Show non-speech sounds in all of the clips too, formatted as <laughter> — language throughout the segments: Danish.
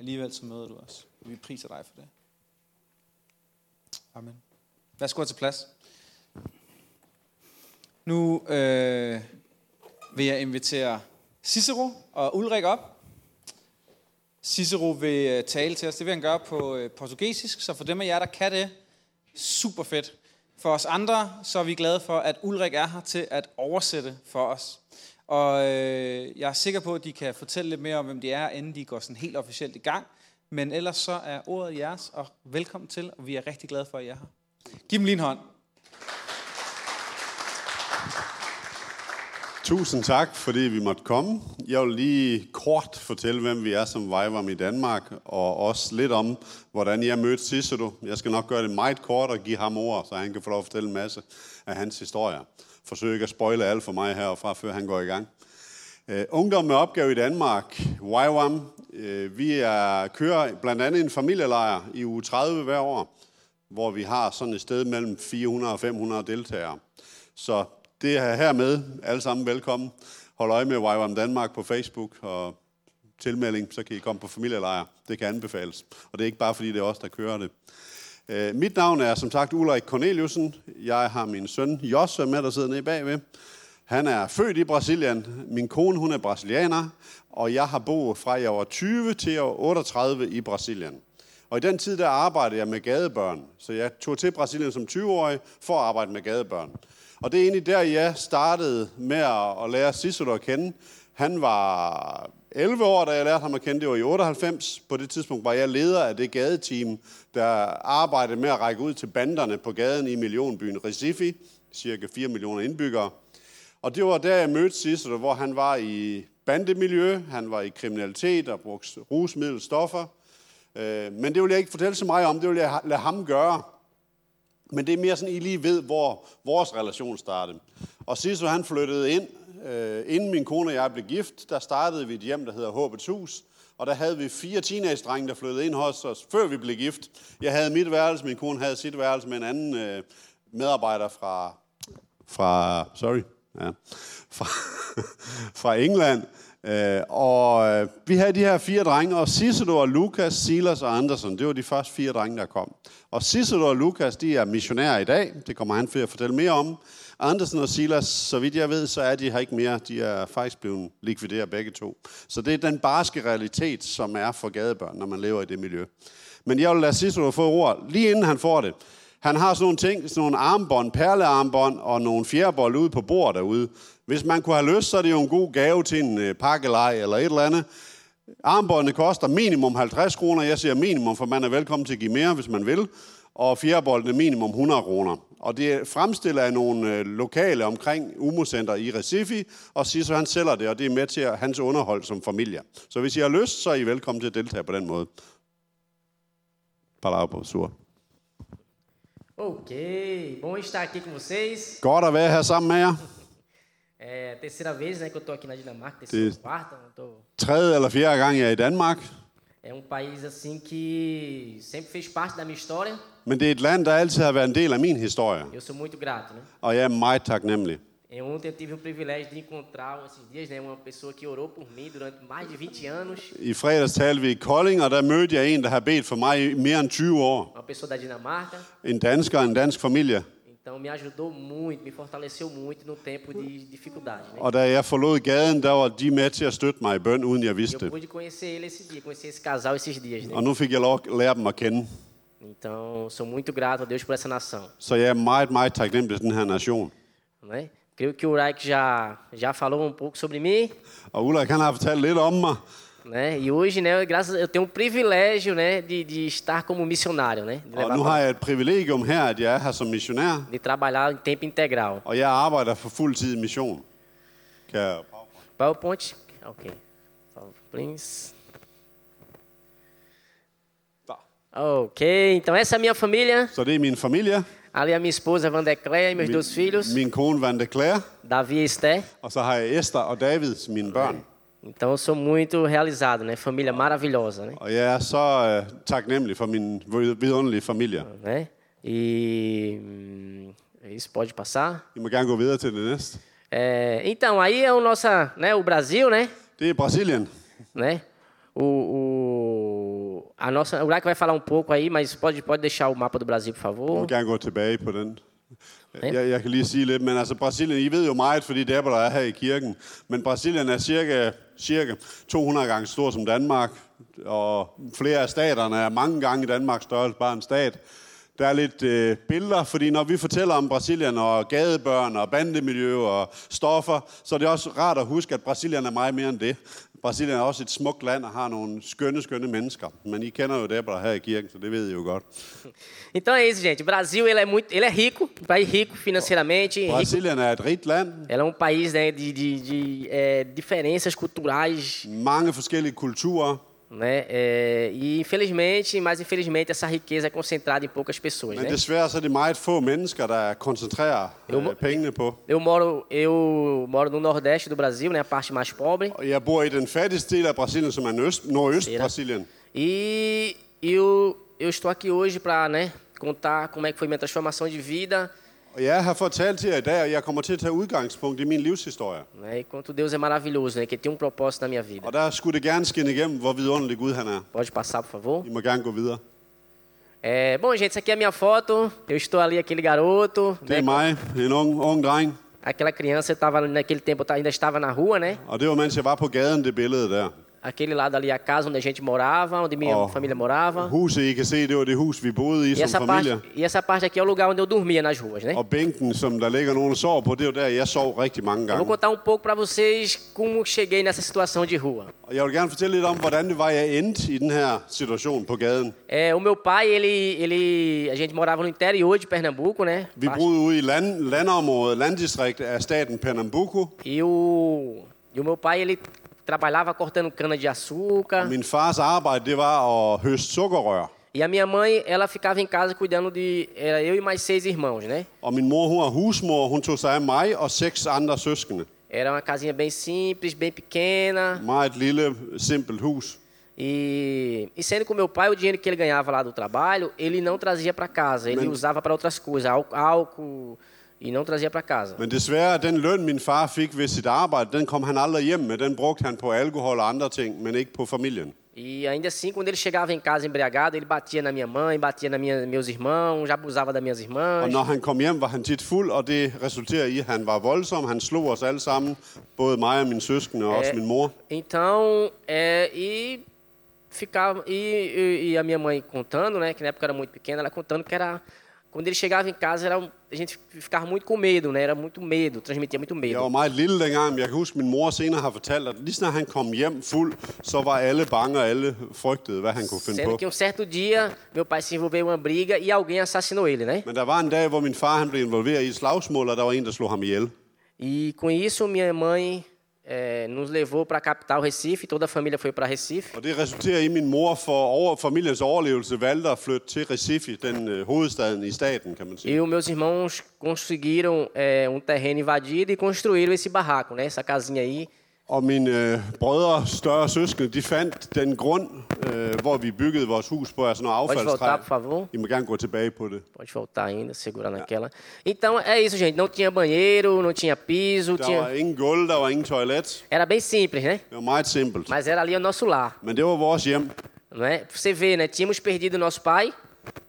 Alligevel så møder du os. Vi priser dig for det. Amen. Lad os gå til plads. Nu øh, vil jeg invitere Cicero og Ulrik op. Cicero vil øh, tale til os. Det vil han gøre på øh, portugisisk, så for dem af jer, der kan det, super fedt. For os andre, så er vi glade for, at Ulrik er her til at oversætte for os. Og øh, jeg er sikker på, at de kan fortælle lidt mere om, hvem de er, inden de går sådan helt officielt i gang. Men ellers så er ordet jeres, og velkommen til, og vi er rigtig glade for, at I er her. Giv dem lige en hånd. Tusind tak, fordi vi måtte komme. Jeg vil lige kort fortælle, hvem vi er som Vejvarm i Danmark, og også lidt om, hvordan jeg mødte Cicero. Jeg skal nok gøre det meget kort og give ham ord, så han kan få lov at fortælle en masse af hans historier. Forsøg ikke at spoile alt for mig herfra, før han går i gang. Uh, ungdom med opgave i Danmark, YWAM, uh, vi er, kører blandt andet en familielejr i uge 30 hver år, hvor vi har sådan et sted mellem 400 og 500 deltagere. Så det er hermed. Alle sammen velkommen. Hold øje med YWAM Danmark på Facebook og tilmelding, så kan I komme på familielejr. Det kan anbefales. Og det er ikke bare, fordi det er os, der kører det. Øh, Mit navn er som sagt Ulrik Corneliusen. Jeg har min søn Josse med, der sidder nede bagved. Han er født i Brasilien. Min kone, hun er brasilianer. Og jeg har boet fra jeg var 20 til jeg var 38 i Brasilien. Og i den tid, der arbejdede jeg med gadebørn. Så jeg tog til Brasilien som 20-årig for at arbejde med gadebørn. Og det er egentlig der, jeg startede med at, at lære Cicero at kende. Han var 11 år, da jeg lærte ham at kende. Det var i 98. På det tidspunkt var jeg leder af det gadeteam, der arbejdede med at række ud til banderne på gaden i millionbyen Recife. Cirka 4 millioner indbyggere. Og det var der, jeg mødte Cicero, hvor han var i bandemiljø, han var i kriminalitet og brugte rusmiddel, stoffer. Øh, Men det vil jeg ikke fortælle så meget om, det vil jeg lade ham gøre. Men det er mere sådan, I lige ved, hvor vores relation startede. Og Siso han flyttede ind, øh, inden min kone og jeg blev gift, der startede vi et hjem, der hedder Håbets Hus. Og der havde vi fire teenage-drenge, der flyttede ind hos os, før vi blev gift. Jeg havde mit værelse, min kone havde sit værelse med en anden øh, medarbejder fra, fra, sorry, ja, fra, <laughs> fra England. Øh, og øh, vi havde de her fire drenge, og Cicero og Lukas, Silas og Andersen, det var de første fire drenge, der kom. Og Cicero og Lukas, de er missionærer i dag, det kommer han til at fortælle mere om. Andersen og Silas, så vidt jeg ved, så er de her ikke mere, de er faktisk blevet likvideret begge to. Så det er den barske realitet, som er for gadebørn, når man lever i det miljø. Men jeg vil lade Cicero få ordet, lige inden han får det. Han har sådan nogle ting, sådan nogle armbånd, perlearmbånd og nogle fjerbold ude på bordet derude. Hvis man kunne have lyst, så er det jo en god gave til en øh, pakkelej eller et eller andet. Armbåndene koster minimum 50 kroner. Jeg siger minimum, for man er velkommen til at give mere, hvis man vil. Og fjerboldene minimum 100 kroner. Og det er fremstillet af nogle øh, lokale omkring Umocenter i Recife, og Siso han sælger det, og det er med til hans underhold som familie. Så hvis I har lyst, så er I velkommen til at deltage på den måde. Palavra sur. Ok, bom estar aqui com vocês. Godt at være her sammen med jer. É a terceira vez né, que eu estou aqui na Dinamarca, terceira Terceira. ou quarta. não tô- Tredje eller fjerde gang, jeg er i Danmark. É um país assim que sempre fez parte da minha história. Men det er et land, der altid har været en del af min historie. Eu sou muito grato. Né? Og jeg er meget taknemmelig. Eu ontem eu tive o privilégio de encontrar esses dias né, uma pessoa que orou por mim durante mais de 20 anos. I fredags talte vi i Kolding, og der mødte jeg en, der har bedt for mig i mere end 20 år. Uma pessoa da Dinamarca. En dansker, en dansk familie. Então me ajudou muito, me fortaleceu muito no tempo de dificuldade. Né? Og da jeg forlod gaden, der var de med til at støtte mig i bøn, uden jeg vidste Eu det. pude conhecer ele esse dia, conhecer esse casal esses dias. Né? Og nu fik jeg lov at lære dem at kende. Então sou muito grato a Deus por essa nação. Så jeg er meget, meget taknemmelig til den her nation. Né? Creio que o Reich já, já falou um pouco sobre mim, Og Ulrik, han har fortalt lidt om mig. né? E hoje, né, graças eu tenho um privilégio, né, de, de estar como missionário, né? De, levar Og nu har jeg et privilegium her, at jeg er her som missionær. pra- de trabalhar em tempo integral. Og jeg arbejder for fuld tid i mission. Kan jeg... PowerPoint? Ok. Please. Ok, então essa é a minha família. Så det er min familie, Ali a minha esposa, Vandecleia, e meus dois filhos, min kone Van de Clare, Davi e Esté. og så har jeg Esther og David, mine børn. Então eu sou muito realizado, né? Família maravilhosa, né? Og jeg er så øh, taknemmelig for min vid- vidunderlige familie. né? E hum, isso pode passar. I må gerne gå videre til det næste. É, então, aí é o nossa, né, o Brasil, né? Det er Brasilien. né? O, o- A nossa, o Lack vai falar um pouco aí, mas pode, pode deixar o mapa do Brasil, por Jeg favor. vil gerne gå tilbage på den. Jeg, jeg kan lige sige lidt, men altså Brasilien, I ved jo meget, fordi det er, hvad der er her i kirken. Men Brasilien er cirka, cirka 200 gange stor som Danmark, og flere af staterne er mange gange Danmarks størrelse, bare en stat. Der er lidt øh, billeder, fordi når vi fortæller om Brasilien og gadebørn og bandemiljø og stoffer, så er det også rart at huske, at Brasilien er meget mere end det. Brasilien er også et smukt land og har nogle skønne, skønne mennesker. Men I kender jo Debra her i kirken, så det ved I jo godt. Então é isso, gente. O Brasil ele é muito, ele é rico, um país rico financeiramente, rico. Brasilien er et rigt land, Ela é um país né, de, de, de, é, diferenças culturais, mange forskellige kulturer, né? é, e infelizmente, mas infelizmente essa riqueza é concentrada em poucas pessoas, men né? desværre så er det meget få mennesker, der koncentrerer Jo, må- øh, pengene på. Eu moro, eu moro no Nordeste do Brasil, né, a parte mais pobre, Og jeg bor i den fattigste del af Brasilien, som er nordøst, Nordøst-Brasilien. e eu, eu estou aqui hoje para né, contar como é que foi minha transformação de vida, Og jeg har fortalt til jer i dag, at jeg kommer til at tage udgangspunkt i min livshistorie. né, e quanto Deus é maravilhoso, né, que tem um propósito na minha vida. Og der skulle det gerne skinne igennem, hvor vidunderlig Gud han er. Pode passar, por favor. I må gerne gå videre. É, bom, gente, essa aqui é a minha foto. Eu estou ali, aquele garoto. Det er né? mig, en ung, ung dreng. Aquela criança, eu tava, naquele tempo, eu ainda estava na rua, né? Og det var, mens jeg var på gaden, det billede der. Aquele lado ali, a casa onde a gente morava, onde minha Ó. família morava. Huset, I kan se, det var det hus, vi boede i E essa, som parte, familie. e essa parte aqui é o lugar onde eu dormia nas ruas, né? Og bænken, som der ligger nogen og sover på, det var der, jeg sov rigtig mange Eu vou gange. contar um pouco para vocês como cheguei nessa situação de rua. Og jeg vil gerne fortælle lidt om, hvordan det var, jeg endte i den her situation på gaden. É, o meu pai, ele, ele, a gente morava no interior de Pernambuco, né? Vi boede ude i land, landområdet, landdistrikt af staten Pernambuco. E o, e o meu pai, ele trabalhava cortando cana de açúcar. Min fars arbejde, det var at høste sukkerrør. E a minha mãn, ela ficava em casa cuidando de. Era eu e mais seis irmãos, né? Og min mor, hun var husmor, hun tog sig af mig og seks andre søskende. Era uma casinha bem simples, bem pequena. Meget lille, simpelt hus. E, e sendo com meu pai, o dinheiro que ele ganhava lá do trabalho, ele não trazia para casa. Ele usava para outras coisas, ál- álcool, e não trazia para casa. Men desværre, den løn, min far fik ved sit arbejde, den kom han aldrig hjem med. Den brugte han på alkohol og andre ting, men ikke på familien. E ainda assim, quando ele chegava em casa embriagado, ele batia na minha mãe, batia na minha, meus irmãos, já abusava das minhas Og irmãs. når han kom hjem, var han tit fuld, og det resulterede i, at han var voldsom. Han slog os alle sammen, både mig og mine søskende og også min mor. Então, é, e ficava e, e- e a minha mãe contando, né, que na época era muito pequena, ela contando que era quando ele chegava em casa era um- a gente ficava muito com medo, né? Era muito medo, transmitia muito medo. Jeg var meget lille dengang, men jeg kan huske, at min mor senere har fortalt, at lige snart han kom hjem fuld, så var alle bange, og alle frygtede, hvad han kunne finde Sendo på. que um certo dia meu pai se envolveu em uma briga e alguém assassinou ele, né? Men der var en dag, hvor min far han blev involveret i et slagsmål, og der var en, der slog ham ihjel. E com isso minha mãe é, nos levou para a capital Recife, toda a família foi para Recife. Og det resulterede i, at min mor for over, familiens overlevelse valgte at flytte til Recife, den øh, hovedstaden i staten, kan man sige. E os meus irmãos conseguiram é, um terreno invadido e construíram esse barraco, né? Essa casinha aí. Og mine øh, brødre, større søskende, de fandt den grund, øh, hvor vi byggede vores hus på, altså noget Pode affaldstræ. voltar, por favor. I må gerne gå tilbage på det. Pode faltar ainda, segurar naquela. Então é isso, gente. Não tinha banheiro, não tinha piso, Der var tinha. ingen gulv, der var ingen toilet. Era bem simples, né? Det var meget simpelt. Mas era ali o nosso lar, Men det var vores hjem. né? Você vê, né? Tínhamos perdido o nosso pai,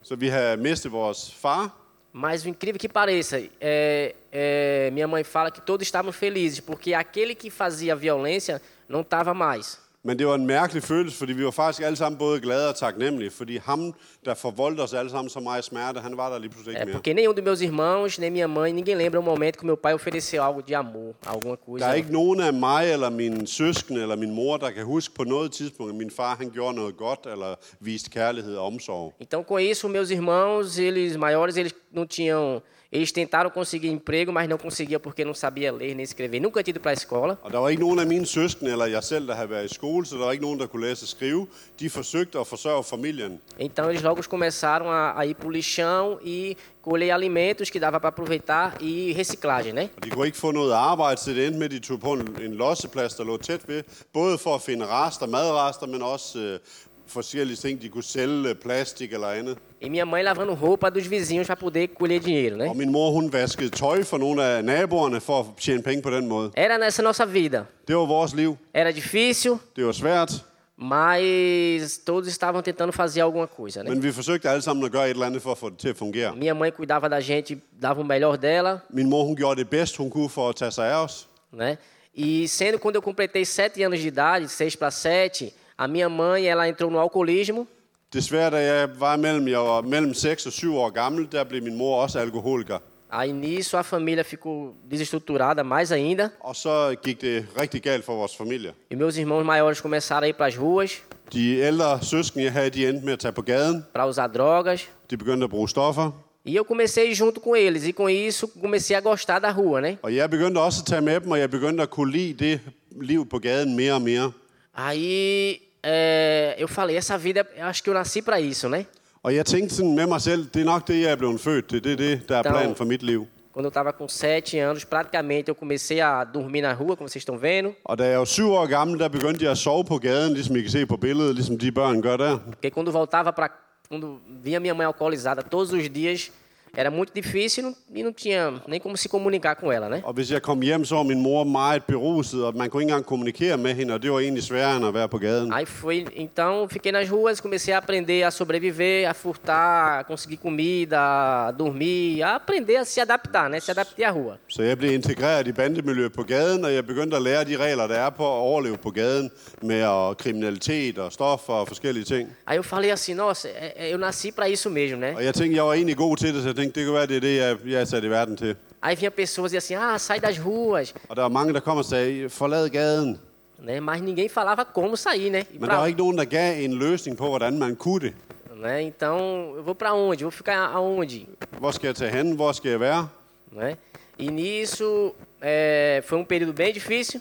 Så vi havde mistet vores far. mas o incrível que pareça, é- é, minha mãe fala que todos estavam felizes, porque aquele que fazia violência não estava mais. Men det var en mærkelig følelse, fordi vi var faktisk alle sammen både glade og taknemmelige. Fordi ham, der forvoldte os alle sammen så meget smerte, han var der lige pludselig É ikke mere. porque nenhum dos meus irmãos, nem minha mãe, ninguém lembra o momento que meu pai ofereceu algo de amor, alguma coisa. Der er ikke nogen af mig, eller mine søskende, eller min mor, der kan huske på noget tidspunkt, at min far han gjorde noget godt, eller viste kærlighed og omsorg. Então, com isso, meus irmãos, eles maiores, eles não tinham. Eles tentaram conseguir emprego, mas não conseguia porque não sabia ler nem escrever. Nunca tinha ido para a escola. Og der var ikke nogen af mine søskende, eller jeg selv, der havde været i skole, så der var ikke nogen, der kunne læse og skrive. De forsøgte at forsørge familien. Então, eles logo começaram a, a ir para o lixão e colher alimentos que dava para aproveitar e reciclagem, né? Og de kunne ikke få noget arbejde, så det endte med, at de tog på en, en losseplads, der lå tæt ved. Både for at finde rester, madrester, men også øh, forskellige ting, de kunne sælge, øh, plastik eller andet. E minha mãe lavando roupa dos vizinhos para poder colher dinheiro, né? Og min mor, hun vaskede tøj for nogle af naboerne for at tjene penge på den måde. Era nessa nossa vida. Det var vores liv. Era difícil, Det var svært. Mas todos estavam tentando fazer alguma coisa, né? Men vi forsøgte alle sammen at gøre et eller andet for at få det til at fungere. Minha mãe cuidava da gente, dava o melhor dela, Min mor, hun gjorde det bedst, hun kunne for at tage sig af os. né? E sendo quando eu completei sete anos de idade, seis para sete, a minha mãe ela entrou no alcoolismo Desværre, da jeg var mellem, jeg var mellem 6 og 7 år gammel, der blev min mor også alkoholiker. Aí nisso a família ficou desestruturada mais ainda. Og så gik det rigtig galt for vores familie. E meus irmãos maiores começaram a ir para as ruas De ældre søskende, jeg havde, de endte med at tage på gaden. para usar drogas. De begyndte at bruge stoffer. E eu comecei junto com eles. E com isso comecei a gostar da rua, né? Og jeg begyndte også at tage med dem, og jeg begyndte at kunne lide det liv på gaden mere og mere. Aí é, eu falei: essa vida, eu acho que eu nasci para isso, né? Og jeg tænkte sådan med mig selv, det er nok det, jeg er blevet født til. Det er det, der er Der- planen for mit liv. Quando eu estava com sete anos, praticamente eu comecei a dormir na rua, como vocês estão vendo. Og da jeg var syv år gammel, der begyndte jeg at sove på gaden, ligesom I kan se på billedet, ligesom de børn gør der. Porque quando voltava para. Quando via minha mãe alcoolizada todos os dias, era muito difícil e não, e não tinha nem como se comunicar com ela, né? Og hvis jeg kom hjem, så var min mor meget beruset, og man kunne ikke engang kommunikere med hende, og det var egentlig sværere end at være på gaden. Aí foi, então fiquei nas ruas, comecei a aprender a sobreviver, a furtar, a conseguir comida, a dormir, a aprender a se adaptar, né? Se adaptar à rua. Så jeg blev integreret i bandemiljøet på gaden, og jeg begyndte at lære de regler, der er på at overleve på gaden, med og kriminalitet og stoffer og forskellige ting. Aí eu falei assim, nossa, é- é, eu nasci para isso mesmo, né? Og jeg tænkte, jeg var egentlig god til det, så jeg tænkte, det kan være, det er det, jeg, jeg er sat i verden til. Aí vinha pessoas e assim, ah, sai das ruas, Og der var mange, der kom og sagde, forlad gaden. né? Mas ninguém falava como sair, né? E Men pra- der var ikke nogen, der gav en løsning på, hvordan man kunne det. né? Então, eu vou para onde? Vou ficar aonde? Hvor skal jeg tage hen? Hvor skal jeg være? né? E nisso é, foi um período bem difícil.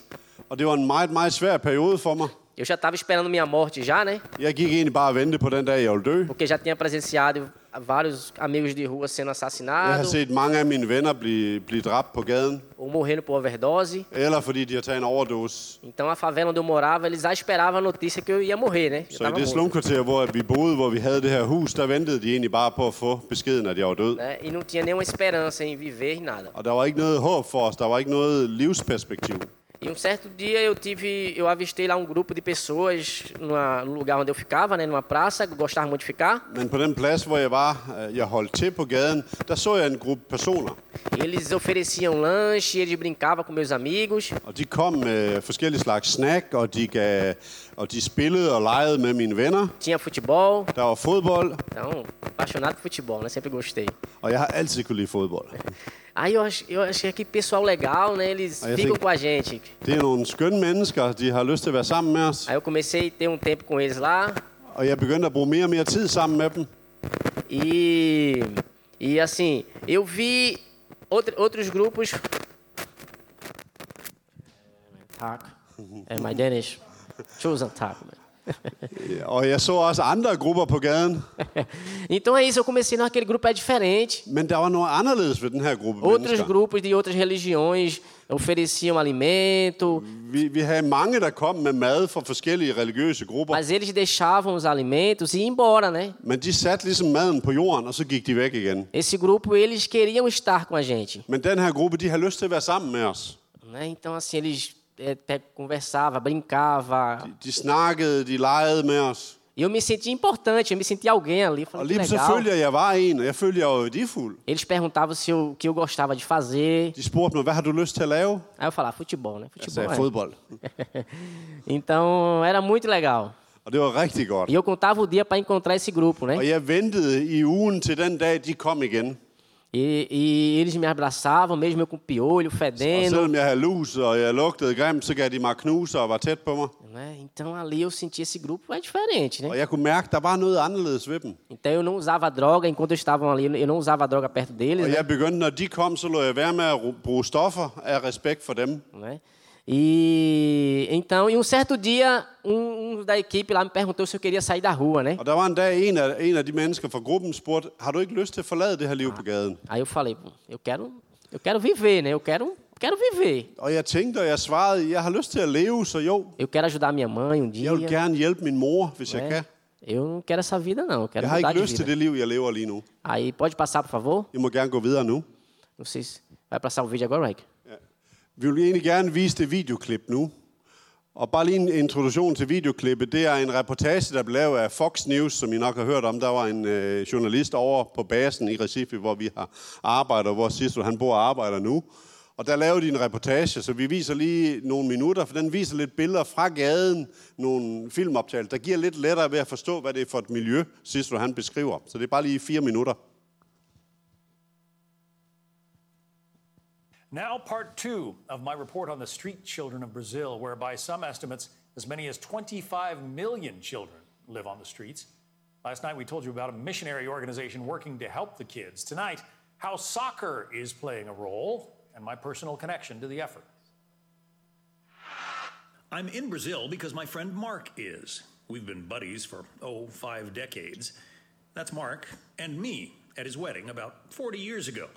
Og det var en meget, meget svær periode for mig. Eu já estava esperando minha morte já, né? Jeg gik egentlig bare og ventede på den dag, jeg ville dø. Porque já tinha presenciado vários amigos de rua Jeg sendo har assassinados set mange af mine venner blive, blive dræbt på gaden, ou morrendo por overdose. eller fordi de har taget en overdose. Então a favela onde eu morava, eles já esperavam a notícia que eu ia morrer, né? Eu Så i tava det morto, slumkvarter, hvor vi boede, hvor vi havde det her hus, der ventede de egentlig bare på at få beskeden, at jeg var død. né? E não tinha nenhuma esperança em viver e nada. Og der var ikke noget håb for os, der var ikke noget livsperspektiv. E um certo dia eu tive, eu avistei lá um grupo de pessoas numa- no lugar onde eu ficava, né? Numa praça, que eu gostava muito de ficar. Men på den plads, hvor jeg var, øh, jeg holdt til på gaden, der så jeg en gruppe personer. Eles ofereciam lanche, eles brincavam com meus amigos. Og de kom med forskellige slags snack, og de, gav, og de spillede og legede med mine venner. Tinha futebol, Der var fodbold, Então, apaixonado por futebol, né? Sempre gostei. og jeg har altid kunne lide fodbold. Aí eu, ach, eu achei que pessoal legal, né? Eles Aí eu ficam sei- com a gente. Det er nogle skønne mennesker, de har lyst til at være sammen med os. Aí eu comecei a ter um tempo com eles lá Og jeg begyndte at bruge mere og mere tid sammen med dem. e. E assim, eu vi outro, outros grupos. Taco. É, my Danish. Chosen um taco, né? Og jeg så også andre grupper på gaden. Então é isso, eu comecei naquele grupo é diferente. Men der var noget anderledes ved den her gruppe Outros mennesker. grupos de outras religiões ofereciam alimento, Vi, vi havde mange, der kom med mad fra forskellige religiøse grupper. mas eles deixavam os alimentos e ia embora, né? Men de satte ligesom maden på jorden, og så gik de væk igen. Esse grupo, eles queriam estar com a gente. Men den her gruppe, de har lyst til at være sammen med os. Né? Então, assim, eles é, pe- conversavam, brincavam. De snakkede, de legede med os. E eu me senti importante, eu me senti alguém ali. Og Falei, que lige så legal. følte jeg, at jeg var en, og jeg følte, at jeg var værdifuld. Eles perguntavam se eu, o que eu gostava de fazer. De spurgte mig, hvad har du lyst til at lave? Aí eu falava, futebol, né? Jeg Futebol. sagde, é. fodbold. Então, era muito legal. Og det var rigtig godt. E eu contava o dia para encontrar esse grupo, né? Og jeg ventede i ugen til den dag, de kom igen. E, e eles me abraçavam, mesmo eu com piolho, Og fedendo. selvom jeg havde lus, og jeg lugtede grimt, så gav de mig knuser og var tæt på mig. Né? Então, ali eu senti esse grupo é diferente, né? Og jeg kunne mærke, at der var noget anderledes ved dem. Então, eu não usava droga enquanto eles estavam ali. Eu não usava droga perto deles, Og né? jeg begyndte, når de kom, så lå jeg være med at ru- bruge stoffer af respekt for dem. né? E então, em um certo dia, um, um da equipe lá me perguntou se eu queria sair da rua, né? Og der var en dag, en af, en af de mennesker fra gruppen spurgte, har du ikke lyst til at forlade det her liv på gaden? Aí eu falei, "Pô, eu quero, eu quero viver, né? Eu quero, quero viver. Og jeg tænkte, og jeg svarede, jeg har lyst til at leve, så jo, Eu quero ajudar minha mãe um dia. jeg vil gerne hjælpe min mor, hvis jeg né? kan. Eu não quero essa vida não, eu quero Jeg har mudar ikke de lyst til vida. det liv, jeg lever lige nu. Aí pode passar, por favor? Jeg må gerne gå videre nu. Não sei se vai passar o vídeo agora, Mike. Vi vil egentlig gerne vise det videoklip nu. Og bare lige en introduktion til videoklippet. Det er en reportage, der blev lavet af Fox News, som I nok har hørt om. Der var en øh, journalist over på basen i Recife, hvor vi har arbejdet, hvor Sisto han bor og arbejder nu. Og der lavede de en reportage, så vi viser lige nogle minutter, for den viser lidt billeder fra gaden, nogle filmoptagelser, der giver lidt lettere ved at forstå, hvad det er for et miljø, Sisto han beskriver. Så det er bare lige fire minutter. Now, part two of my report on the street children of Brazil, where by some estimates, as many as 25 million children live on the streets. Last night, we told you about a missionary organization working to help the kids. Tonight, how soccer is playing a role and my personal connection to the effort. I'm in Brazil because my friend Mark is. We've been buddies for, oh, five decades. That's Mark and me at his wedding about 40 years ago.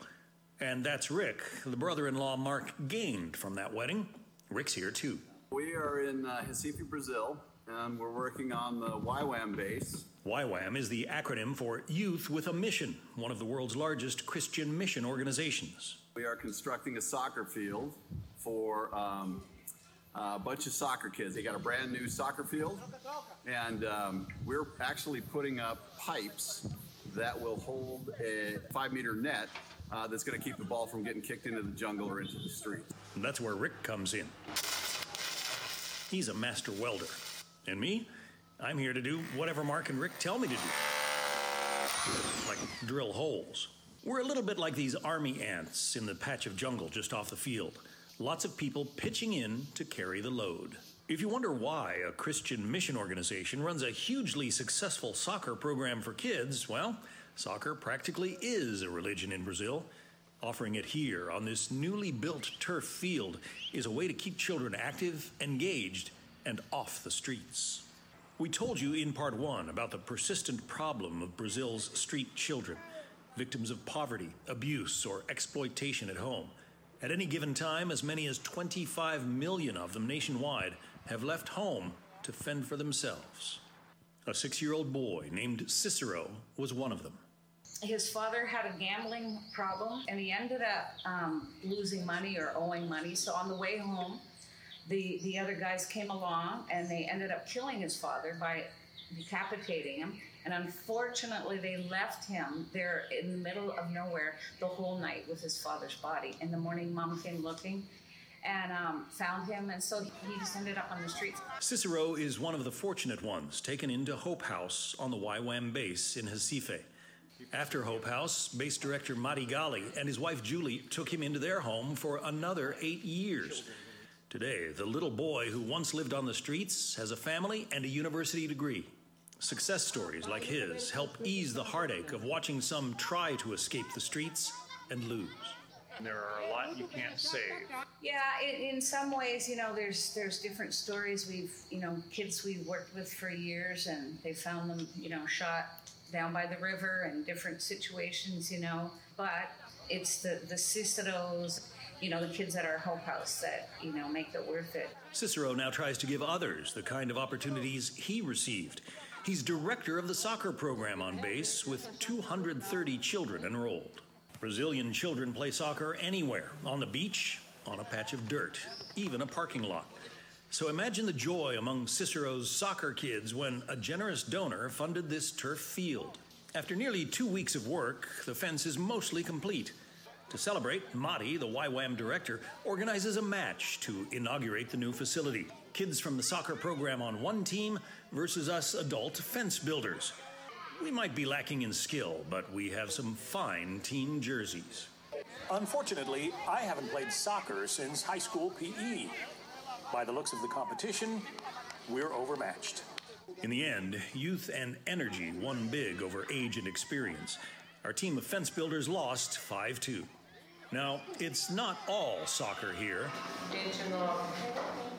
And that's Rick, the brother in law Mark gained from that wedding. Rick's here too. We are in uh, Recife, Brazil, and we're working on the YWAM base. YWAM is the acronym for Youth with a Mission, one of the world's largest Christian mission organizations. We are constructing a soccer field for um, a bunch of soccer kids. They got a brand new soccer field, and um, we're actually putting up pipes that will hold a five meter net uh, that's going to keep the ball from getting kicked into the jungle or into the street. And that's where Rick comes in. He's a master welder. And me, I'm here to do whatever Mark and Rick tell me to do like drill holes. We're a little bit like these army ants in the patch of jungle just off the field. Lots of people pitching in to carry the load. If you wonder why a Christian mission organization runs a hugely successful soccer program for kids, well, Soccer practically is a religion in Brazil. Offering it here on this newly built turf field is a way to keep children active, engaged, and off the streets. We told you in part one about the persistent problem of Brazil's street children, victims of poverty, abuse, or exploitation at home. At any given time, as many as 25 million of them nationwide have left home to fend for themselves. A six year old boy named Cicero was one of them. His father had a gambling problem and he ended up um, losing money or owing money. So on the way home, the, the other guys came along and they ended up killing his father by decapitating him. And unfortunately, they left him there in the middle of nowhere the whole night with his father's body. In the morning, mom came looking and um, found him, and so he just ended up on the streets. Cicero is one of the fortunate ones taken into Hope House on the YWAM base in Recife. After Hope House, base director Madi Gali and his wife Julie took him into their home for another eight years. Today, the little boy who once lived on the streets has a family and a university degree. Success stories like his help ease the heartache of watching some try to escape the streets and lose there are a lot you can't save. Yeah, in, in, some ways, you know, there's there's different stories. We've you know kids we've worked with for years, and they found them you know shot down by the river and different situations, you know. But it's the the Cicero's, you know, the kids at our Hope House that you know make it worth it. Cicero now tries to give others the kind of opportunities he received. He's director of the soccer program on base with 230 children enrolled. Brazilian children play soccer anywhere on the beach, on a patch of dirt, even a parking lot. So imagine the joy among Cicero's soccer kids when a generous donor funded this turf field. After nearly two weeks of work, the fence is mostly complete. To celebrate, Madi, the YWAM director, organizes a match to inaugurate the new facility. Kids from the soccer program on one team versus us adult fence builders. We might be lacking in skill, but we have some fine team jerseys. Unfortunately, I haven't played soccer since high school PE. By the looks of the competition, we're overmatched. In the end, youth and energy won big over age and experience. Our team of fence builders lost 5 2. Now, it's not all soccer here.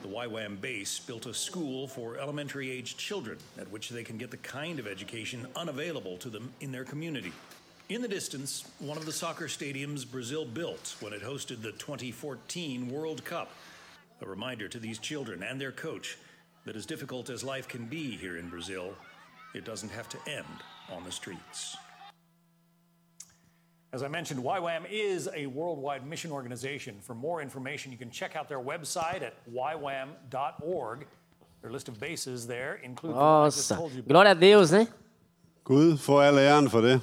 The YWAM base built a school for elementary age children at which they can get the kind of education unavailable to them in their community. In the distance, one of the soccer stadiums Brazil built when it hosted the 2014 World Cup. A reminder to these children and their coach that as difficult as life can be here in Brazil, it doesn't have to end on the streets. As I mentioned, YWAM is a worldwide mission organization. For more information, you can check out their website at ywam.org. Their list of bases there includes. the one I just Nossa, told you about. glória a Deus, né? Gud får al æren for det.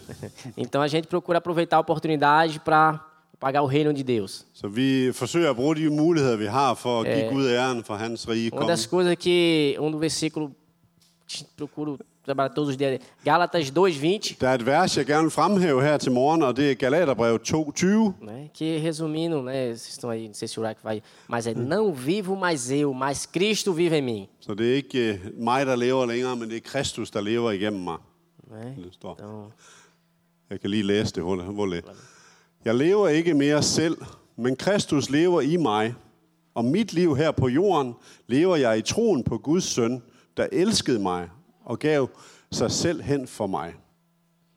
Então a gente procura aproveitar a oportunidade para pagar o reino de Deus. Så vi forsøger at bruge de muligheder, vi har for at give Gud æren for hans rige Uma komme. das coisas que um do versículo que procuro trabalhar todos os dias, é Gálatas 2:20, Der er et vers, jeg gerne vil fremhæve her til morgen, og det er Galaterbrev 2.20. né? Que resumindo, né, vocês estão aí, não sei se o Uraque vai, mas é não vivo mais eu, mas Cristo vive em mim, Så det er ikke øh, mig, der lever længere, men det er Kristus, der lever igennem mig. né? Det står. Então, Jeg kan lige læse det hul- hullet. Jeg lever ikke mere selv, men Kristus lever i mig. Og mit liv her på jorden lever jeg i troen på Guds søn, der elskede mig og gav sig selv hen for mig.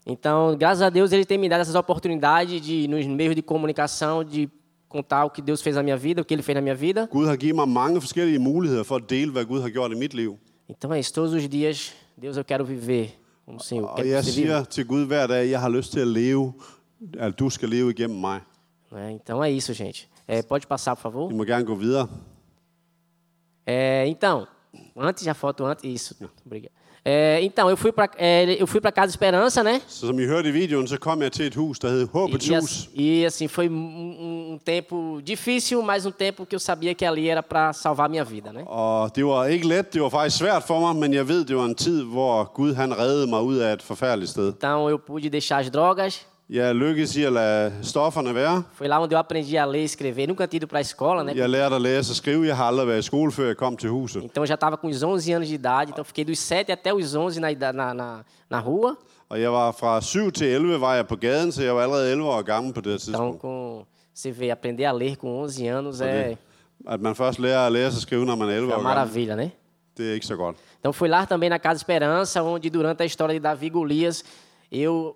Então, graças a Deus, ele tem me dado essas oportunidades de, nos meios de comunicação, de contar o que Deus fez na minha vida, o que ele fez na minha vida. Gud har givet mig mange forskellige muligheder for at dele, hvad Gud har gjort i mit liv. Então é isso, todos os dias, Deus, eu quero viver como o Senhor. Quero Og que jeg você viva. siger til Gud hver dag, jeg har lyst til at leve, at du skal leve igennem mig. Né? Então é isso, gente. É, pode passar, por I favor. må gerne gå videre. É, então, antes, a foto antes. Isso, obrigado. É, então, eu fui para é, eu fui para Casa Esperança, né? Så som I hørte i videoen, så kom jeg til et hus, der hed Håbets E, Hus. as- e assim, foi um- um, um tempo difícil, mas um tempo que eu sabia que ali era para salvar minha vida, né? Og det var ikke let, det var faktisk svært for mig, men jeg ved, det var en tid, hvor Gud han reddede mig ud af et forfærdeligt sted. Então, eu pude deixar as drogas, Jeg lykkedes i at lade stofferne være. Foi lá onde eu aprendi a ler e escrever. Nunca tinha ido para a escola, né? Jeg lærte at læse og skrive. Jeg har aldrig været i skole, før jeg kom til huset. Então eu já estava com os 11 anos de idade. Então eu fiquei dos 7 até os 11 na, ida- na, na, na rua. Og jeg var fra 7 til 11, var jeg på gaden, så jeg var allerede 11 år gammel på det her Então tidspunkt. com, você vê, aprender a ler com 11 anos é, At man først lærer at læse og skrive, når man er 11 é år uma gammel, maravilha, né? det er ikke så godt. Então fui lá também na Casa Esperança, onde durante a história de Davi e Golias, eu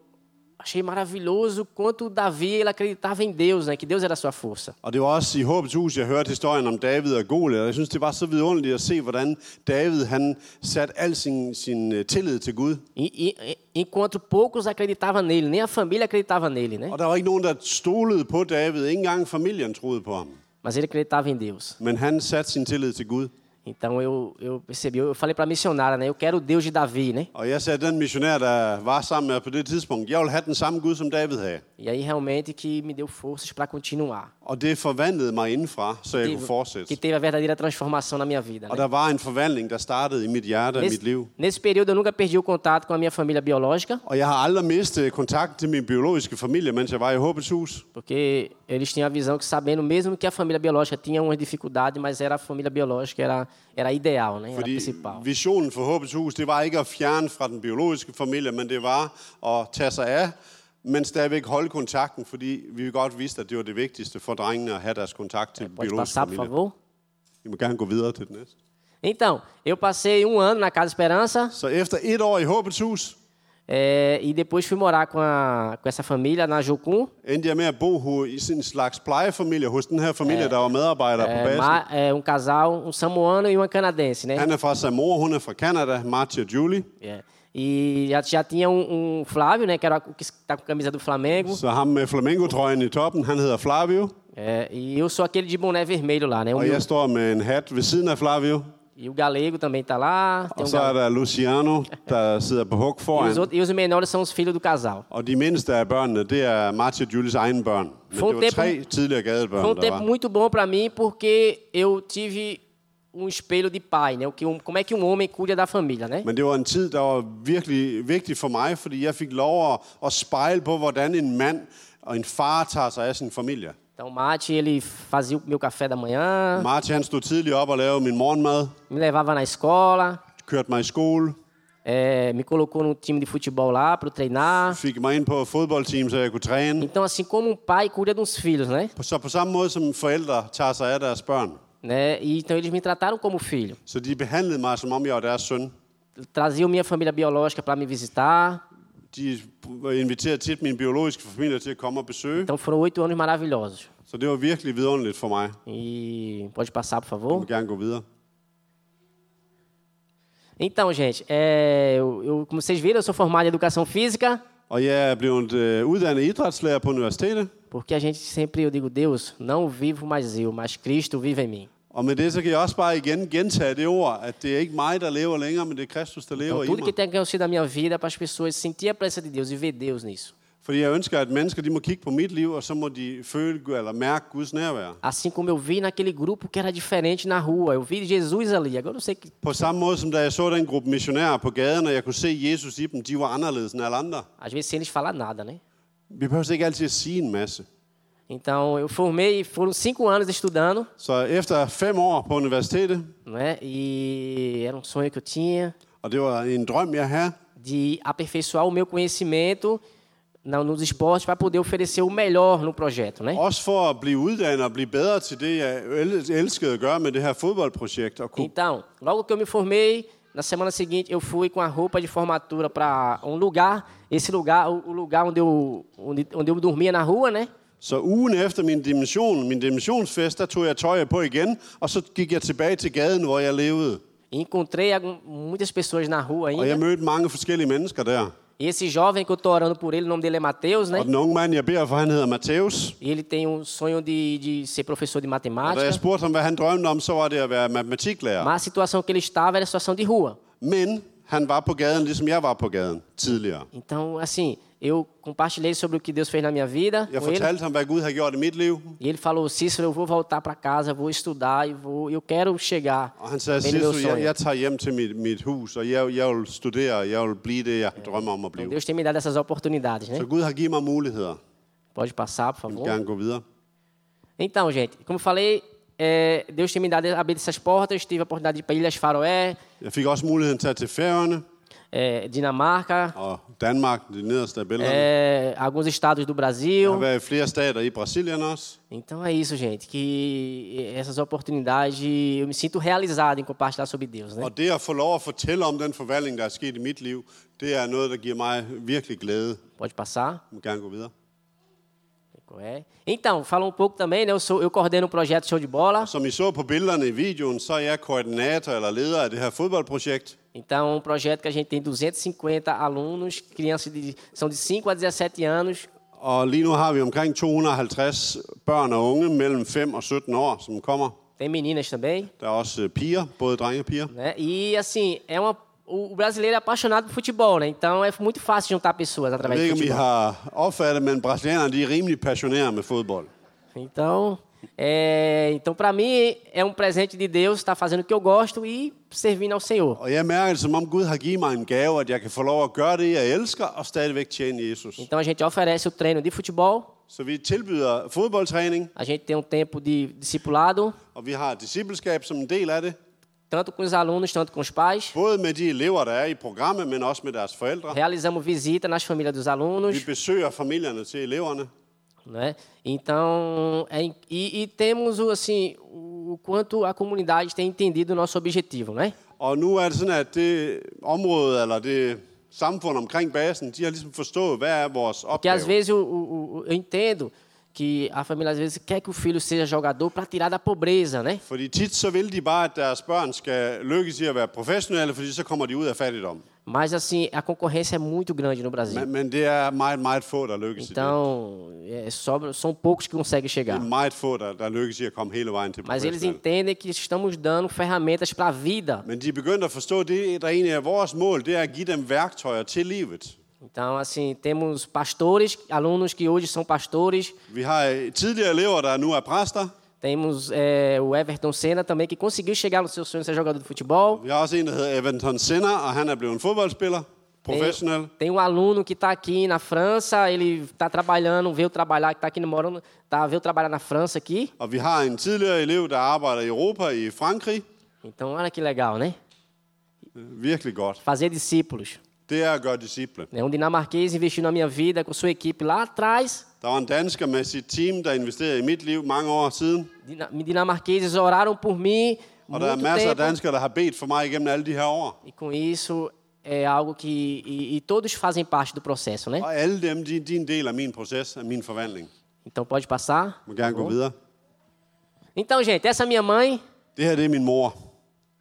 achei maravilhoso quanto Davi ele acreditava em Deus, né? Que Deus era a sua força. Og det var også i Håbets Hus, jeg hørte historien om David og Goliat. og Jeg synes, det var så vidunderligt at se, hvordan David han satte al sin, sin øh, tillid til Gud. E, e- e- enquanto poucos acreditavam nele, nem a família acreditava nele, né? Og der var ikke nogen, der stolede på David. Ikke engang familien troede på ham. Mas ele acreditava em Deus. Men han satte sin tillid til Gud. Então eu, eu percebi, eu falei para a missionária, né? Eu quero o Deus de Davi, né? Og jeg sagde, den missionær, der var sammen med os på det tidspunkt, jeg vil have den samme Gud, som David havde. E aí realmente que me deu forças para continuar. Og det forvandlede mig indenfra, så jeg kunne que fortsætte. teve a verdadeira transformação na minha vida. Og Né? der var en forvandling, der startede i mit hjerte og mit liv. Nesse, nesse período eu nunca perdi o contato com a minha família biológica, Og jeg har aldrig mistet kontakten til min biologiske familie, mens jeg var i Håbets Hus. porque eles tinham a visão que sabendo mesmo que a família biológica tinha uma dificuldade, mas era a família biológica era era a ideal, né? Era a Fordi principal. visionen for Håbets Hus, det var ikke at fjerne fra den biologiske familie, men det var at tage sig af, men stadigvæk holde kontakten, fordi vi godt vidste, at det var det vigtigste for drengene at have deres kontakt til den Pode biologiske passar, por familie. favor. Vi må gerne gå videre til den næste. Então, eu passei um ano na Casa Esperança Så efter et år i Håbets Hus, eh, e depois fui morar com, a, com essa família na Jucum. endte jeg med at bo ho- i sådan en slags plejefamilie hos den her familie, der var medarbejder på É, basen. ma- é, um casal, um samoano e uma canadense, né? Han er fra Samoa, hun er fra Canada, Marty og Julie. É. E já, já tinha um, um Flávio, né? Que era o que está com a camisa do Flamengo. Så ham med flamingotrøjen i toppen, han hedder Flavio, É, e eu sou aquele de boné vermelho lá, né? O og meu- jeg står med en hat ved siden af Flavio. e o galego também tá lá. Tem Og um så er galego. der Luciano, der sidder på hug E, os foran. outros, e os menores são os filhos do casal. Og de mindste af børnene, det er Martin og Julies egne børn. Men Få det var det på- tre tidligere Foi um gadebørn, der tempo var. muito bom para mim porque eu tive um espelho de pai, né? O que um, como é que um homem cuida da família, né? Men det var en tid, der var virkelig vigtig for mig, fordi jeg fik lov at, at spejle på, hvordan en mand og en far tager sig af sin familie. Então o Mate, ele fazia o meu café da manhã, Martin han stod tidligt op og lavede min morgenmad, me levava na escola, kørte mig i skole, é, me colocou num time de futebol lá para treinar. fik mig ind på fodboldteam, så jeg kunne træne. Então, assim como um pai cuida dos filhos, né? Så på samme måde som forældre tager sig af deres børn. né? E, então, eles me trataram como filho. Så de behandlede mig, som om jeg var deres søn. Traziam minha família biológica para me visitar. De inviterede tit min biologiske familie til at komme og besøge. Então, foram oito anos maravilhosos. Så det var virkelig vidunderligt for mig. E pode passar, por Jeg favor. vil gerne gå videre. eh, Então, gente, é, eu, eu- como vocês viram, eu sou formado em educação física. Og jeg er blevet øh, uddannet idrætslærer på universitetet. Porque a gente sempre, eu digo, Deus, não vivo mais eu, mas Cristo vive em mim. Og med det, så kan jeg også bare igen gentage det ord, at det er ikke mig, der lever længere, men det er Kristus, der lever Então, i tudo que mig. tem acontecido na minha vida é para as pessoas sentir a presença de Deus e ver Deus nisso. Fordi jeg ønsker, at mennesker de må kigge på mit liv, og så må de føle eller mærke Guds nærvær. Assim como eu vi naquele grupo que era diferente na rua, eu vi Jesus ali. Agora eu sei que På samme måde som da jeg så den gruppe missionærer på gaden, og jeg kunne se Jesus i dem, de var anderledes end alle andre. às vezes sem eles falar nada, né? Vi behøver ikke altid at sige en masse. Então eu formei, foram cinco anos estudando, Så efter fem år på universitetet, né? E era um sonho que eu tinha og det var en drøm, jeg havde, de aperfeiçoar o meu conhecimento na- nos esportes para poder oferecer o melhor no projeto, né? også for at blive uddannet og blive bedre til det, jeg el- elskede at gøre med det her fodboldprojekt, og kunne Então, logo que eu me formei, na semana seguinte eu fui com a roupa de formatura para um lugar, esse lugar, o o lugar onde eu, onde, onde eu dormia na rua, né? Så ugen efter min dimension, min dimensionsfest, der tog jeg tøjet på igen, og så gik jeg tilbage til gaden, hvor jeg levede. E encontrei algum- muitas pessoas na rua Og jeg ainda. mødte mange forskellige mennesker der. E esse jovem que eu tô orando por ele, o nome dele é Mateus, né? Og den unge mand, jeg beder for, han hedder Matthæus. E ele tem um sonho de, de ser professor de Og da jeg matemática. spurgte ham, hvad han drømte om, så var det at være matematiklærer. Mas a situação que ele estava era a situação de rua. Men han var på gaden, ligesom jeg var på gaden tidligere. Então, assim, eu compartilhei sobre o que Deus fez na minha vida Jeg com ele. fortalte ham, hvad Gud har gjort i mit liv. E ele falou, Cícero, eu vou voltar para casa, vou estudar e vou, eu quero chegar Og han sagde, bem no meu Sisu, jeg, sonho. jeg tager hjem til mit, mit hus, og jeg, jeg vil studere, og jeg vil blive det, jeg drømmer om at blive. Deus tem me dado essas oportunidades, né? Så Gud har givet mig muligheder. Pode passar, por Jeg favor. vil gerne gå videre. Então, gente, como eu falei, é, Deus tem me dado abrir essas portas. Tive a oportunidade de ir para Ilhas Faroé, Jeg fik også muligheden til at tage til færgerne, é, Dinamarca, og Danmark, det nederste af billederne. é, alguns estados do Jeg har Brasil. været i flere stater i Brasilien også. Então é isso, gente. Que essas oportunidades, eu me sinto realizado em compartilhar sobre Deus, né? Og det at få lov at fortælle om den forvandling, der er sket i mit liv, det er noget, der giver mig virkelig glæde. Pode passar. Jeg må gerne gå videre. É. Então, fala um pouco também, né? Eu, sou, eu coordeno o projeto Show de Bola. Som I så på billederne i videoen, så er jeg koordinator eller leder af det her fodboldprojekt. Então, é um projeto que a gente tem 250 alunos, crianças de, são de 5 a 17 anos, Og lige nu har vi omkring 250 børn og unge mellem 5 og 17 år, som kommer. tem meninas também. Der er også øh, piger, både drenge og piger. né? E assim, é uma o o brasileiro é apaixonado por futebol, né? Então é muito fácil juntar pessoas Jeg através ved ikke, do om I futebol. har opfattet, men brasilianerne de er rimelig passionerede med fodbold. Então, é, então para mim é um presente de Deus estar fazendo o que eu gosto e servindo ao Senhor. Og jeg mærker det, som om Gud har givet mig en gave, at jeg kan få lov at gøre det, jeg elsker, og stadigvæk tjene Jesus. Então a gente oferece o treino de futebol, Så vi tilbyder fodboldtræning, a gente tem um tempo de discipulado, og vi har discipleskab som en del af det. tanto com os alunos, tanto com os pais. Både med de elever, der er i programmet, men også med deres forældre. Realizamos visita nas famílias dos Vi alunos, besøger familierne til eleverne. né? Então, é, in- e, e temos o, assim o quanto a comunidade tem entendido o nosso objetivo, né? Og nu er det sådan, at det område, eller det samfund omkring basen, de har ligesom forstået, hvad er vores Porque às opgave. vezes o- o- o- eu entendo que a família às vezes quer que o filho seja jogador para tirar da pobreza, né? Fordi tit så vil de bare, at deres børn skal lykkes i at være professionelle, fordi så kommer de ud af fattigdom. Mas assim, a concorrência é muito grande no Brasil. Men, men det er meget, meget få, der lykkes i det. Então, é, sobra- são poucos que conseguem chegar. Det er meget få, der, der lykkes i at komme hele vejen til Mas eles professionelle. entendem que estamos dando ferramentas para a vida. Men de er begyndt at forstå, at det, der egentlig er vores mål, det er at give dem værktøjer til livet. Então, assim, temos pastores, alunos que hoje são pastores. Vi har øh, tidligere elever, der nu er præster. Temos é, o Everton Senna também, que conseguiu chegar no seu sonho de ser jogador de futebol. Vi har også en, der hedder Evanton Senna, og han er blevet en fodboldspiller. Professionel. Tem um aluno que está aqui na França, ele está trabalhando, veio trabalhar, que está aqui no- morando, tá, veio trabalhar na França aqui. Og vi har en tidligere elev, der arbejder i Europa, i Frankrig. Então, olha que legal, né? Virkelig godt. Fazer discípulos. Det er at gøre disciple. né? Um dinamarquês investiu na minha vida com sua equipe lá atrás. Der var en dansker med sit team, der investerede i mit liv mange år siden. Dina- Dinamarqueses oraram por mim Og der er muito masser af tempo. danskere, der har bedt for mig igennem alle de her år. E com isso, é algo que... E, e todos fazem parte do processo, né? Og alle dem, de, de er en del af min proces, af min forvandling. Então, pode passar. Jeg må gerne gå Bom. videre. Então, gente, essa é minha mãe. Det her, det er min mor.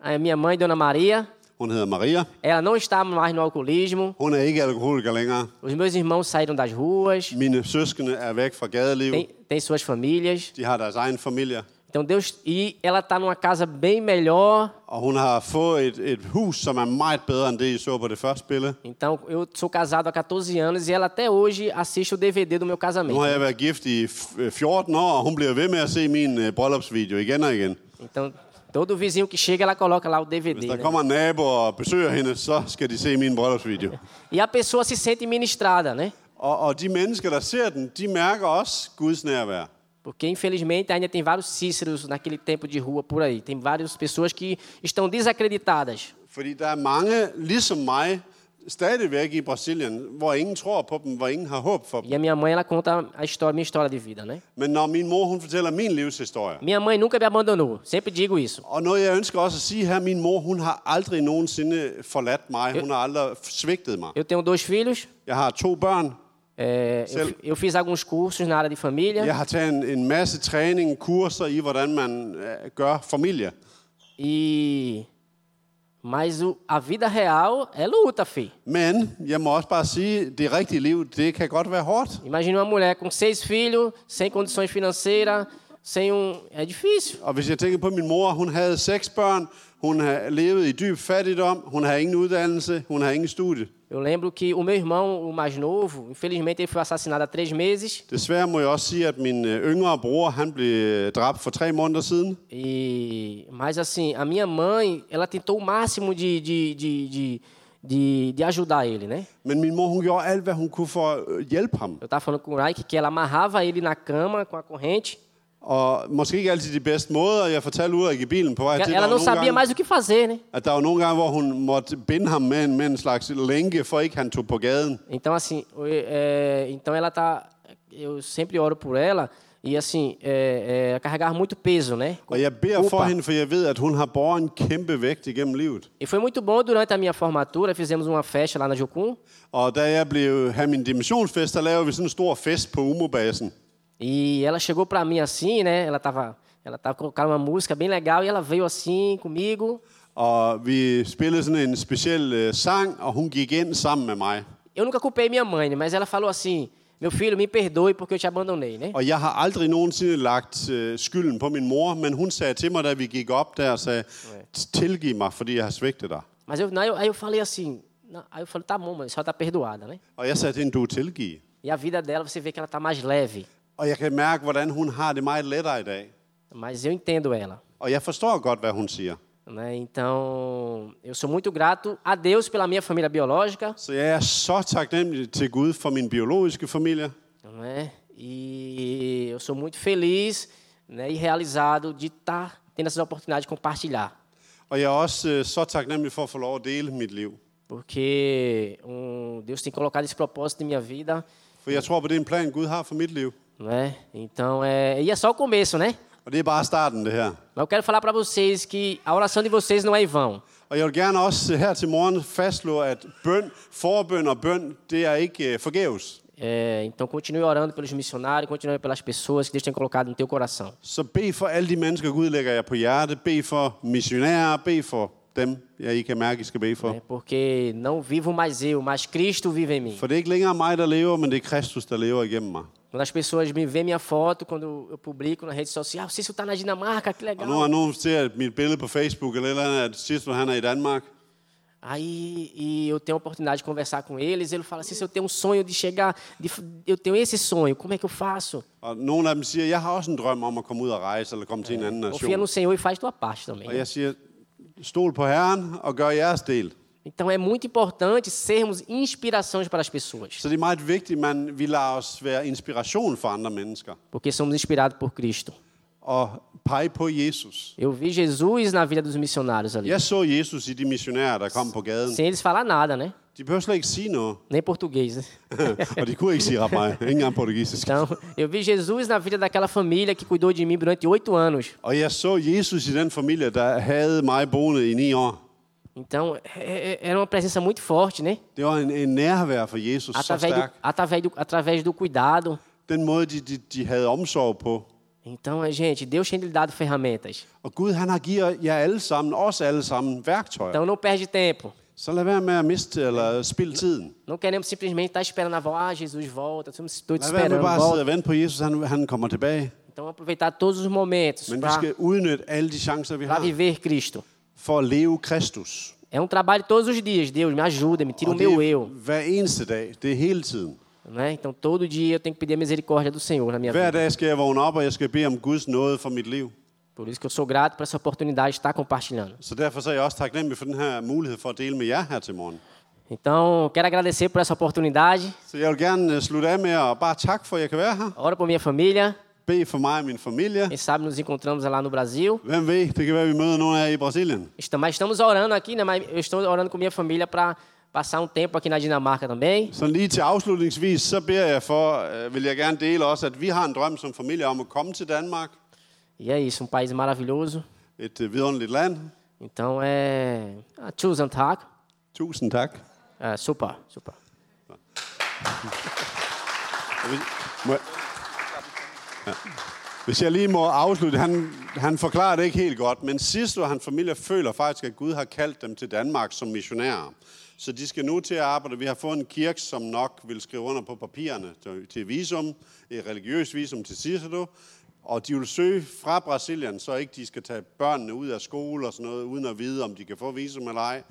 A minha mãe, Dona Maria. Hun hedder Maria. Ela não está mais no alcoolismo. Hun er ikke alkoholiker længere. Os meus irmãos saíram das ruas, Mine søskende er væk fra gadelivet. tem, tem suas famílias. De har deres egen familie. Então Deus e ela está numa casa bem melhor. Og hun har fået et, et hus, som er meget bedre end det, I så på det første billede. Então eu sou casado há 14 anos e ela até hoje assiste o DVD do meu Nu har casamento. jeg været gift i f- øh, 14 år, og hun bliver ved med at se min øh, bryllupsvideo igen og igen. Então todo vizinho que chega ela coloca lá o DVD. Hvis der né? kommer en nabo og besøger hende, så skal de se min bryllupsvideo. E a pessoa se sente ministrada, né? Og, og de mennesker, der ser den, de mærker også Guds nærvær. Porque infelizmente ainda tem vários cíceros naquele tempo de rua por aí. Tem várias pessoas que estão desacreditadas. Fordi der er mange, ligesom mig, stadigvæk i Brasilien, hvor ingen tror på dem, hvor ingen har håb for dem. E a minha mãe ela conta a história, minha história de vida, né? Men når min mor hun fortæller min livshistorie, Minha mãe nunca me abandonou. Sempre digo isso. og noget jeg ønsker også at sige her, min mor hun har aldrig nogensinde forladt mig, hun har aldrig svigtet mig. Eu tenho dois filhos. Jeg har to børn, é, eu, Cel- eu fiz alguns cursos na área de família. jeg har taget en, en masse træning, kurser i, hvordan man øh, gør familie. E mas o, a vida real é luta, fi. Men jeg må også bare sige, det rigtige liv, det kan godt være hårdt. Imagina uma mulher com seis filhos, sem condições financeiras, sem um, é difícil. Og hvis jeg tænker på min mor, hun havde seks børn, hun har levet i dyb fattigdom, hun har ingen uddannelse, hun har ingen studie. Eu lembro que o meu irmão, o mais novo, infelizmente ele foi assassinado há três meses Desværre må jeg også sige, at min øh, yngre bror, han blev øh, dræbt for tre måneder siden. E, mas assim, a minha mãe, ela tentou o máximo de, de, de, de, de, de ajudar ele, né? Men min mor, hun gjorde alt, hvad hun kunne for at øh, hjælpe ham. Eu tava falando com o Raik que ela amarrava ele na cama com a corrente. Og måske ikke altid de bedste måder. Jeg fortalte Ulrik i bilen på vej til, der Ela var não nogle sabia gange, mais o que fazer, né? at der var nogle gange, hvor hun måtte binde ham med en, med en slags lænke, for ikke han tog på gaden. Então, assim, eu, é, então ela tá. Eu sempre oro por ela e, assim, é, é, carregar muito peso, né? Og jeg beder Opa. for hende, for jeg ved, at hun har båret en kæmpe vægt igennem livet. E foi muito bom durante a minha formatura, fizemos uma festa lá na Jucum. Og da jeg blev have min dimensionsfest, der laver vi sådan en stor fest på Umobasen. E ela chegou pra mim assim, né? Ela tava, ela tava colocando uma música bem legal e ela veio assim comigo. Og vi spillede sådan en speciel øh, sang, og hun gik ind sammen med mig. Eu nunca culpei minha mãe, né? mas ela falou assim: "Meu filho, me perdoe porque eu te abandonei", né? Og jeg har aldrig nogensinde lagt øh, skylden på min mor, men hun sagde til mig, da vi gik op der, og sagde, tilgiv mig, fordi jeg har svigtet dig. Mas eu, aí eu, aí eu falei assim, "Não", aí eu falei: "Tá bom, mãe, só tá perdoada", né? Og jeg sagde til hende, du er tilgivet. E a vida dela, você vê que ela tá mais leve. Og jeg kan mærke, hvordan hun har det meget lettere i dag. Mas eu entendo ela, Og jeg forstår godt, hvad hun siger. né? Então, eu sou muito grato a Deus pela minha família biológica, Så jeg er så taknemmelig til Gud for min biologiske familie. não é? E eu sou muito feliz, né, e realizado de estar tendo essa oportunidade de compartilhar. Og jeg er også øh, så taknemmelig for at få lov at dele mit liv. Porque um, Deus tem colocado esse propósito na minha vida, For jeg tror på, det er en plan, Gud har for mit liv. né? Então, é, e é só o começo, né? Og det er bare starten, det her. Mas eu quero falar para vocês que a oração de vocês não é em vão. Og jeg vil gerne også øh, her til morgen fastslå, at bøn, forbøn og bøn, det er ikke øh, forgæves. É, então continue orando pelos missionários, continue orando pelas pessoas que Deus tem colocado no teu coração. Så bed for alle de mennesker, Gud lægger jer på hjerte. Bed for missionærer, bed for dem, jeg I kan mærke, I skal bede for. Né? Porque não vivo mais eu, mas Cristo vive em mim. For det er ikke længere mig, der lever, men det er Kristus, der lever igennem mig. Quando as pessoas me veem minha foto, quando eu publico na rede social, ah, Cício está na Dinamarca, que Og nu har legal. nogen set mit billede på Facebook, eller et eller andet, at Sislo, han er i Danmark. Aí e eu tenho a oportunidade de conversar com eles, ele fala, Cício, eu tenho um sonho de chegar, de f- eu tenho esse sonho, como é que eu faço? Og nogle af dem siger, jeg har også en drøm om at komme ud og rejse, eller komme til en anden Confia no nation. Senhor e faz tua parte também. Og jeg siger, stol på Herren og gør jeres del. Então é muito importante sermos inspirações para as pessoas. Så det er meget vigtigt, man vi lader os være inspiration for andre mennesker. porque somos inspirados por Cristo. Og pege på Jesus. Eu vi Jesus na vida dos missionários ali, Jeg så Jesus i de missionærer, der kom på gaden. sem eles falar nada, né? De behøver slet ikke sige noget. <laughs> Nem português, né? og de kunne ikke sige ret meget. Ikke engang portugisisk. Então, eu vi Jesus na vida daquela família que cuidou de mim durante oito anos. Og jeg så Jesus i den familie, der havde mig boende i ni år. Então, é- é- era uma presença muito forte, né? Det var en, en nærvær for Ah, Jesus, så Através do, stærk. através do, através do cuidado. Den måde, de, de, de havde omsorg på. Então, é, gente, Deus tem lhe dado ferramentas. Og Gud, han har givet jer alle sammen, os alle sammen, værktøjer. Então, não perde tempo. Så lad være med at miste eller spilde tiden. Não queremos simplesmente estar esperando a voz, ah, Jesus volta, estamos todos Lad være med esperando, bare at sidde volta. og vente på Jesus, han, han kommer tilbage. Então, aproveitar todos os momentos Men vi skal udnytte alle de chancer, vi para har, viver Cristo. for at leve Kristus. É um trabalho todos os dias. Deus, me ajuda, me tira o Og det meu er eu. hver eneste dag. Det er hele tiden. Né? Então, todo dia eu tenho que pedir a misericórdia do Senhor na minha Hver vida. dag skal jeg vågne op, og jeg skal bede om Guds nåde for mit liv. Por isso que eu sou grato por essa oportunidade de estar compartilhando. Så derfor så er jeg også taknemmelig for den her mulighed for at dele med jer her til morgen. Então, quero agradecer por essa oportunidade. Så jeg vil gerne øh, slutte af med at bare tak for, at jeg kan være her. Ora por minha família. Be for mig og min familie. Quem sabe nos encontramos lá no Brasil. Hvem ved, det kan være, at vi møder nogle af jer i Brasilien. Estam- Mas estamos orando aqui, né? Mas eu estou orando com minha família para passar um tempo aqui na Dinamarca também. Så lige til afslutningsvis, så beder jeg for, øh, vil jeg gerne dele også, at vi har en drøm som familie om at komme til Danmark. E é isso, um país maravilhoso. Et øh, vidunderligt land. Então é. Ah, Tusen tak. Tusind tak. É, super, super. Må jeg... Ja. Hvis jeg lige må afslutte, han, han forklarer det ikke helt godt, men Sislo og hans familie føler faktisk, at Gud har kaldt dem til Danmark som missionærer. Så de skal nu til at arbejde. Vi har fået en kirke, som nok vil skrive under på papirerne til- til visum, et religiøst visum til Sislo, og de vil søge fra Brasilien, så ikke de skal tage børnene ud af skole og sådan noget, uden at vide, om de kan få visum eller ej.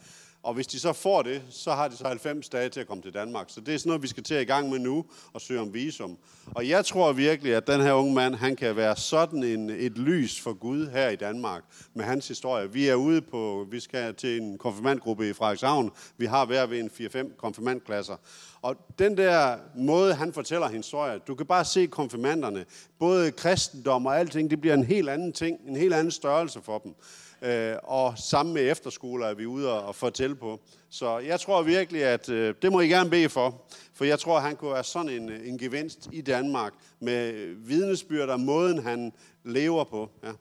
Og hvis de så får det, så har de så 90 dage til at komme til Danmark. Så det er sådan noget, vi skal til at i gang med nu og søge om visum. Og jeg tror virkelig, at den her unge mand, han kan være sådan en, et lys for Gud her i Danmark med hans historie. Vi er ude på, vi skal til en konfirmandgruppe i Frederikshavn. Vi har hver ved en 4-5 konfirmandklasser. Og den der måde, han fortæller hans historie, du kan bare se konfirmanderne. Både kristendom og alting, det bliver en helt anden ting, en helt anden størrelse for dem. Øh, og sammen med efterskoler er vi ude og, og fortælle på. Så jeg tror virkelig, at øh, det må I gerne bede for. For jeg tror, at han kunne være sådan en, øh, en gevinst i Danmark med øh, vidnesbyrd og måden, han lever på. Ja.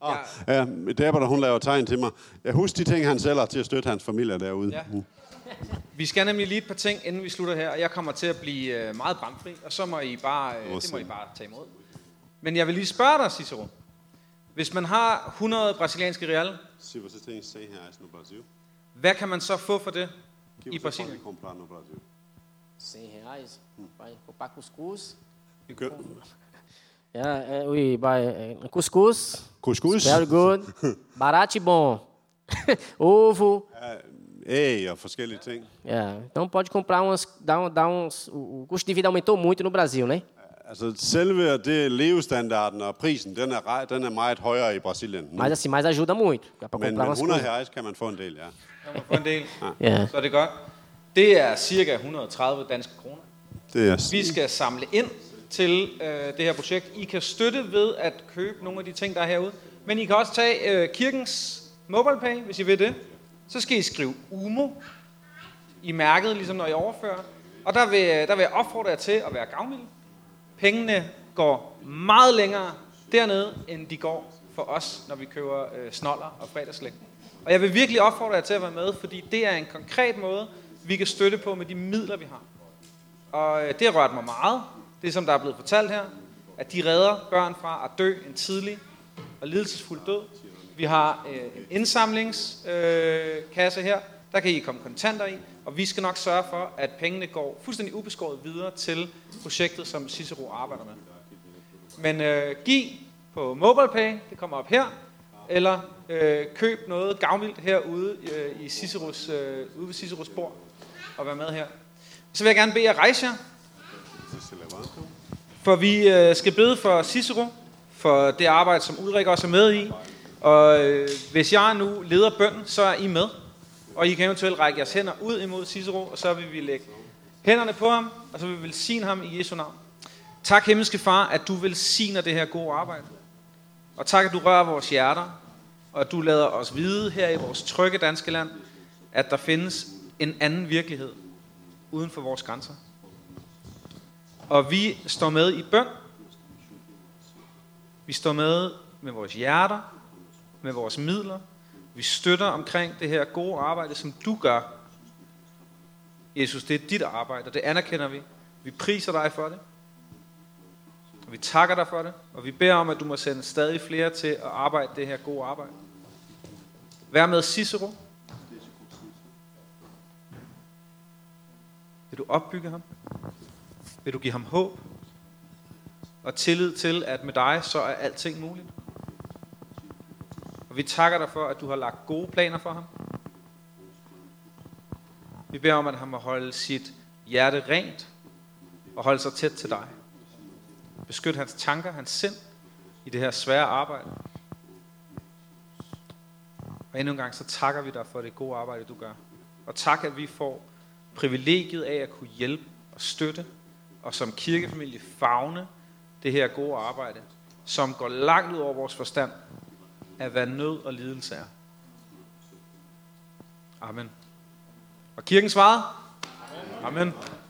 Og, ja. ja Dabber, der hun laver tegn til mig. Jeg husker de ting, han sælger til at støtte hans familie derude. Mm. Ja. Ja. Vi skal nemlig lige et par ting, inden vi slutter her, og jeg kommer til at blive øh, meget bramfri, og så må I bare, øh, det må I Awesome. bare tage imod. Men jeg vil lige spørge dig, Cicero. Hvis man har 100 brasilianske real, Se, você tem 100 reais no Brasil? hvad kan man så få for det Que i você pode Brasilien? comprar no Brasil? 100 reais? Vai comprar cuscuz. Kø- É, é, ui, vai, é, cuscuz. Couscous, Very good. Barato e bom. <laughs> Ovo. æg og forskellige ting. É, Então pode comprar umas. Dá um, dá uns, o o custo de vida aumentou muito no Brasil, né? Altså selve det levestandarden og prisen, den er, rej- den er meget højere i Brasilien. Nu. Mas assim, mas ajuda muito. Dá pra Hum. Men, men comprar umas 100 coisas. reais kan man få en del, ja. Når man får en del, É. så er det godt. Det er cirka 130 danske kroner. Det er, Vi skal samle ind til øh, det her projekt. I kan støtte ved at købe nogle af de ting, der er herude. Men I kan også tage øh, kirkens MobilePay, hvis I vil det. Så skal I skrive UMO i mærket, ligesom når I overfører. Og der vil, øh, der vil jeg opfordre jer til at være gavmilde. Pengene går meget længere dernede, end de går for os, når vi køber øh, snoller og fredagslæg. Og jeg vil virkelig opfordre jer til at være med, fordi det er en konkret måde, vi kan støtte på med de midler, vi har. Og øh, det har rørt mig meget, det som der er blevet fortalt her, at de redder børn fra at dø en tidlig og lidelsesfuld død. Vi har øh, en indsamlingskasse øh, kasse her, der kan I komme kontanter i, og vi skal nok sørge for, at pengene går fuldstændig ubeskåret videre til projektet, som Cicero arbejder med. Men øh, giv på MobilePay, det kommer op her, eller øh, køb noget gavmildt herude øh, i Ciceros, øh, ude ved Ciceros bord og vær med her. Så vil jeg gerne bede jer rejse jer, for vi øh, skal bede for Cicero, for det arbejde, som Ulrik også er med i. Og øh, hvis jeg nu leder bønden, så er I med. Og I kan eventuelt række jeres hænder ud imod Cicero, og så vil vi lægge hænderne på ham, og så vil vi velsigne ham i Jesu navn. Tak, himmelske far, at du velsigner det her gode arbejde. Og tak, at du rører vores hjerter, og at du lader os vide her i vores trygge danske land, at der findes en anden virkelighed uden for vores grænser. Og vi står med i bøn. Vi står med med vores hjerter, med vores midler. Vi støtter omkring det her gode arbejde, som du gør. Jesus, det er dit arbejde, og det anerkender vi. Vi priser dig for det. Og vi takker dig for det, og vi beder om, at du må sende stadig flere til at arbejde det her gode arbejde. Vær med Cicero. Vil du opbygge ham? Vil du give ham håb? Og tillid til, at med dig, så er alting muligt. Og vi takker dig for, at du har lagt gode planer for ham. Vi beder om, at han må holde sit hjerte rent og holde sig tæt til dig. Beskyt hans tanker, hans sind i det her svære arbejde. Og endnu en gang, så takker vi dig for det gode arbejde, du gør. Og tak, at vi får privilegiet af at kunne hjælpe og støtte, og som kirkefamilie fagne det her gode arbejde, som går langt ud over vores forstand af, hvad nød og lidelse er. Amen. Og kirken svarede? Amen.